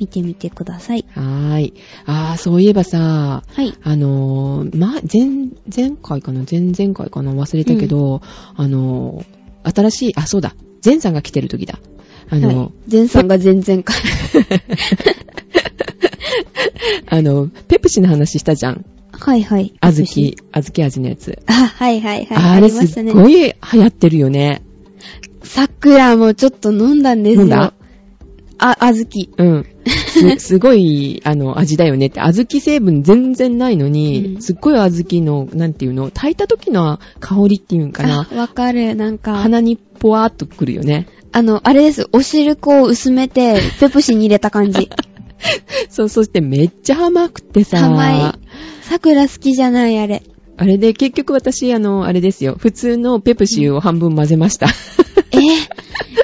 見てみてください。
はーい。ああ、そういえばさ、
はい。
あのー、ま、前、前回かな前々回かな忘れたけど、あのー、新しい、あ、そうだ。前さんが来てる時だ。あのー、
はい、前さんが前々回。
*laughs* あの、ペプシの話したじゃん。
はいはい。
あずき、あずき味のやつ。
あ、はいはいはい。
あ
り
れ
まし
す
た
っ
ね。
ごい流行ってるよね。
桜もちょっと飲んだんですよ。
飲んだ
あ、あずき。
うん。す、
*laughs*
すごい、あの、味だよねって。小豆成分全然ないのに、
うん
すっごい小豆の、なんていうの、炊いた時の香りっていうんかな。
あわかる。なんか、
鼻にぽわーっとくるよね。
あの、あれです。お汁粉を薄めて、ペプシに入れた
*laughs*
感じ。
そう、そしてめっちゃ甘くてさ。
甘い。桜好きじゃない、あれ。
あれで結局私、あの、あれですよ。普通のペプシを半分混ぜました。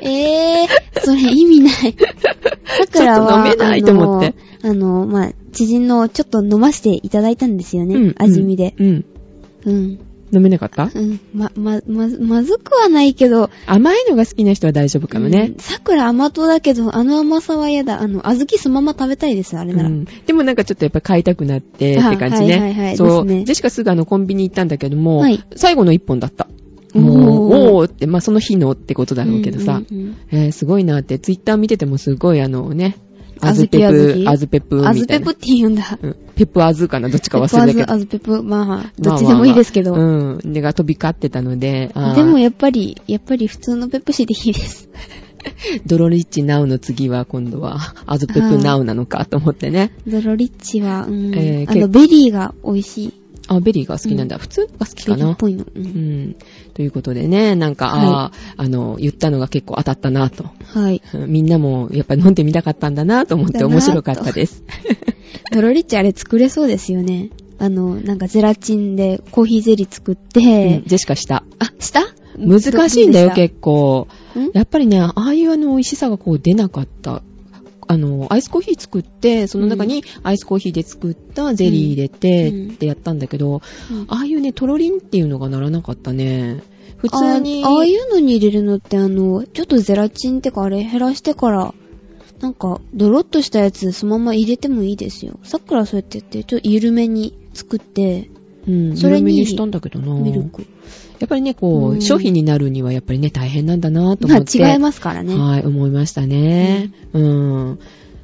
えー、えー、それ意味ない。桜は、
ちょっと飲めないと思って
あの、あのまあ、知人のちょっと飲ませていただいたんですよね。
うん。
味見で。
うん。うん。
うん。
飲めなかった
うん。ま、ま、ま、まずくはないけど、
甘いのが好きな人は大丈夫かもね
うん。桜甘党だけど、あの甘さは嫌だ。あの、小豆そのまま食べたいです、あれなら。
うんでもなんかちょっとやっぱ買いたくなってって感じね。
あはいはいはい
そう、
ですね
ジェシカすぐあのコンビニ行ったんだけども、
はい
最後の一本だった。
おー
もう、おーって、まあその日のってことだろうけどさ、
うんうん
えーすごいなって、ツイッター見ててもすごいあのね、
あ
ア
ず
ズ
き
ペプ、
あ
ア
ず
ズペプ
うんあず
みたい
ペプ
な
っ。て言うんだ。
うんペプアズかな、どっちか忘れたけど。
あずペプ、まあ、
まあまあま
ど
あ
っちでもいいですけど。
うん。でが飛び交ってたので、あー
でもやっぱり、やっぱり普通のペプシでいいです。
ドロリッチナウの次は今度は、アズペプナウなのかと思ってね。
ドロリッチは、うん
えー
あ
け
の、ベリーが美味しい。
あ、ベリーが好きなんだ。普通が好き
ベ
か
リー
な
っ。ぽいの。う
うんん。ということでね、なんか、あーあの、言ったのが結構当たったなと。 *laughs*
はい。
みんなもやっぱり飲んでみたかったんだなと思って
だなと
面白かったです。
ドロリッチあれ作れそうですよね。あの、なんかゼラチンでコーヒーゼリー作っ
うん
て、
ジェシカした。
あ、した
難しいんだよ、結構。
構。ん
やっぱりね、ああいうあの、美味しさがこう出なかった。あの、アイスコーヒー作って、その中にアイスコーヒーで作ったゼリー入れて
うん
ってやったんだけど、
うん
ああいうね、トロリンっていうのがならなかったね。普通に。
あああいうのに入れるのってあの、ちょっとゼラチンってかあれ減らしてから、なんか、ドロッとしたやつそのまま入れてもいいですよ。さっきからそうやってやって、ちょっと緩めに作って、
うん、
それ
緩
に
めにしたんだけどな。
ミルク。
やっぱりね、こ
う
う、
ん
商品になるにはやっぱりね、大変なんだなと
ま
思
あ
って。
違いますからね。
はい、思いましたね。うん。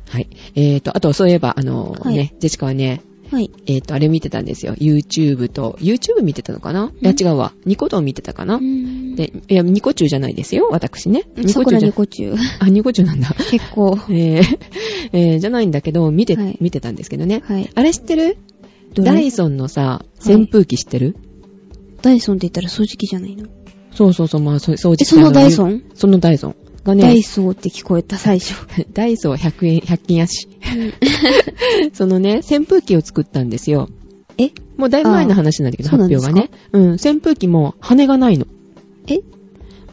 はい。えっ、と、あと、そういえば、あの、
はい
ね、ジェシカはね、
はい。
えっ、と、あれ見てたんですよ。YouTube と、YouTube 見てたのかないや、
ん
違うわ。ニコ動見てたかな
うん
で、いや、ニコ中じゃないですよ、私ね。ニコ中
桜
じゃ
ニ、コ中。
あ、ニコ中なんだ。
結構。
えー、えーじゃないんだけど、見て、
はい
見てたんですけどね。
はい。
あれ知ってる
どれ
ダイソンのさ、
い
扇風機知ってる、
ダイソンって言ったら掃除機じゃないの。
そうそうそう、まあ、そ掃除
え、そのダイソ
ン
ン
そのダイソンがね、
ダイソーって聞こえた最初。
*laughs* ダイソー100円、100均やし。 *laughs* そのね、扇風機を作ったんですよ。
え
もうだいぶ前の話なんだけど、
あー
発表がね。うん、扇風機も羽がないの。
え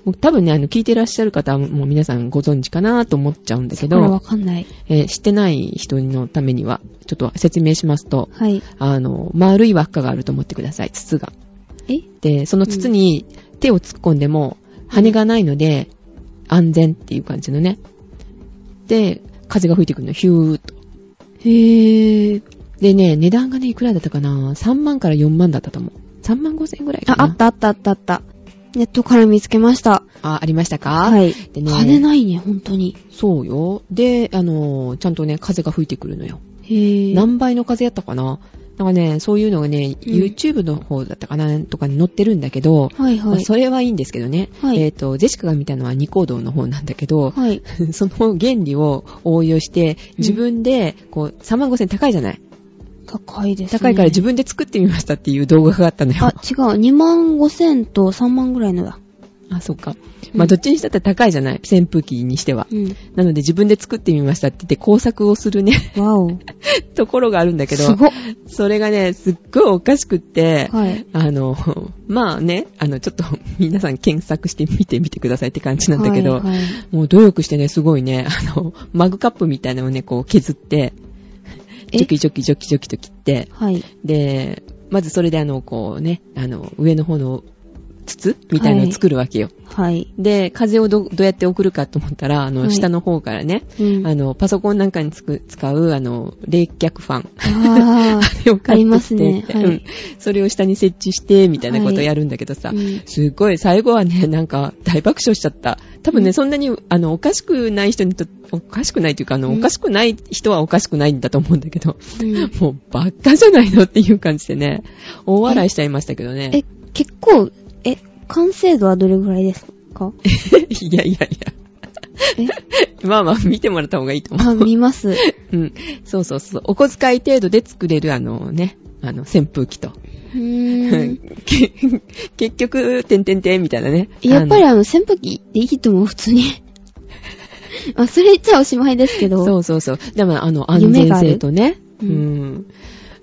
もう多分ね、あの、聞いてらっしゃる方はもう皆さんご存知かなと思っちゃうんだけ
これわ
ど、
かんない。
えー知ってない人のためには、ちょっと説明しますと、
はい。
あの、丸い輪っかがあると思ってください、筒が。
え
で、その筒に手を突っ込んでも、羽がないので、安全っていう感じのね。で、風が吹いてくるの、ヒューっと。
へぇー。
でね、値段がね、いくらだったかな ?3 万から4万だったと思う。3万5千ぐらいか
あ、
な。
あったあったあったあった。ネットから見つけました。
あ、ありましたか
は。い。
でね
金ないね、本当に。
そうよ。で、あのー、ちゃんとね、風が吹いてくるのよ。
へぇー。
何倍の風やったかななんかね、そういうのがね、YouTube の方だったかな、とかに載ってるんだけど、
はい
ま
は
あ
い。
それはいいんですけどね、
はい
えっ、と、ジェシカが見たのはニコードの方なんだけど、
はい。
*laughs* その原理を応用して、自分で、こう、3万5千高いじゃない
高いですね。
高いから自分で作ってみましたっていう動画があったのよ。
あ、違う。2万5千と3万ぐらいのだ。
あ、そっか。 *laughs* まあ、どっちにしたって高いじゃない扇風機にしては。
うん。
なので自分で作ってみましたって言って工作をするね、 *laughs*
わお。
ところがあるんだけど、
すごっ。
それがね、すっごいおかしくって、
はい。
あの、まあね、あの、ちょっと皆さん検索してみてみてくださいって感じ *laughs* なんだけど、
はいはい
もう努力してね、すごいね、 *laughs* あの、マグカップみたいなのをね、こう削って、
え
ジョキジョキジョキジョキと切って、
はい。
で、まずそれであの、こうね、あの、上の方の筒みたいなのを作るわけよ。
はい。
で、風をどどうやって送るかと思ったら、あ
は
の、
い
下の方からね、
うん。
あの、パソコンなんかにつく使う、あの、冷却ファン。 *laughs*
あー
よかった
ありますね
って言って
はい
うんそれを下に設置して、みたいなことをやるんだけどさ、
うん
すごい、最後はね、 *laughs* なんか、大爆笑しちゃった。多分ね、
うん
そんなに、あの、おかしくない人にと、おかしくないというか、あの、
う
お
ん
かしくない人はおかしくないんだと思うんだけど、 *laughs*
うん
もう、バッカじゃないのっていう感じでね、大笑いしちゃいましたけど
え
ね。、
結構、え、完成度はどれぐらいですか
*laughs* いやいやい
え、
や、まあまあ、見てもらった方がいいと思う。
あ、
*laughs*
見ます。
うん。そうそうそう。お小遣い程度で作れる、あのね、あの、扇風機と。
うーん。
*laughs* け結局、てんてんてんみたいなね。
やっぱり
あ
あの、扇風機でいいと思う、普通に。
*laughs*
まあ、それ言っちゃおしまいですけ
の
ど。
そうそうそう。でも、あの、安全性とね。う
夢がある
ん。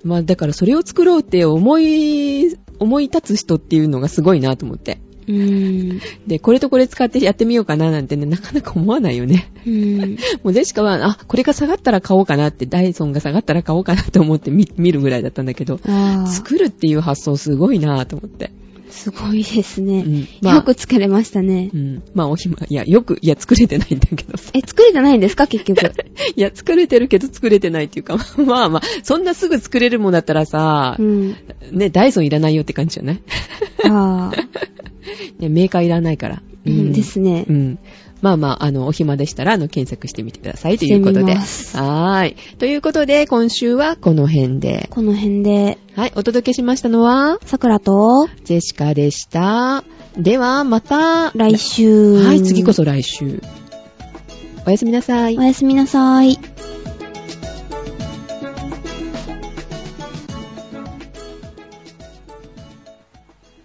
まあ、だからそれを作ろうって思い、思い立つ人っていうのがすごいなと思って。
うーん。う
で、これとこれ使ってやってみようかななんてね、なかなか思わないよね。 *laughs*
ーん。
もうジェシカは、あ、これが下がったら買おうかなって、ダイソンが下がったら買おうかなと思って見見るぐらいだったんだけど、
ああ、
作るっていう発想すごいなと思って。
すごいです
う
ね。
ん。まあ
よく作れましたね
う。ん。まあ、お暇、いや、よく、いや、作れてないんだけどさ。
え、作れてないんですか、
*laughs*
結局。
いや、作れてるけど作れてないっていうか、まあまあ、そんなすぐ作れるもんだったらさ
う、ん。
ね、ダイソンいらないよって感じじゃない、
ああ、
ね、メーカーいらないから。
うんですね
う。ん。まあまあ、あの、お暇でしたら、あの、検索してみてくださいということ
して
で。
み
は
ます
ーい。ということで、今週はこの辺で。
この辺で、
はい、お届けしましたのは、
桜と、
ジェシカでした。では、また、
来週。
はい、次こ。そ来週。おやすみなさい
お。やすみなさい。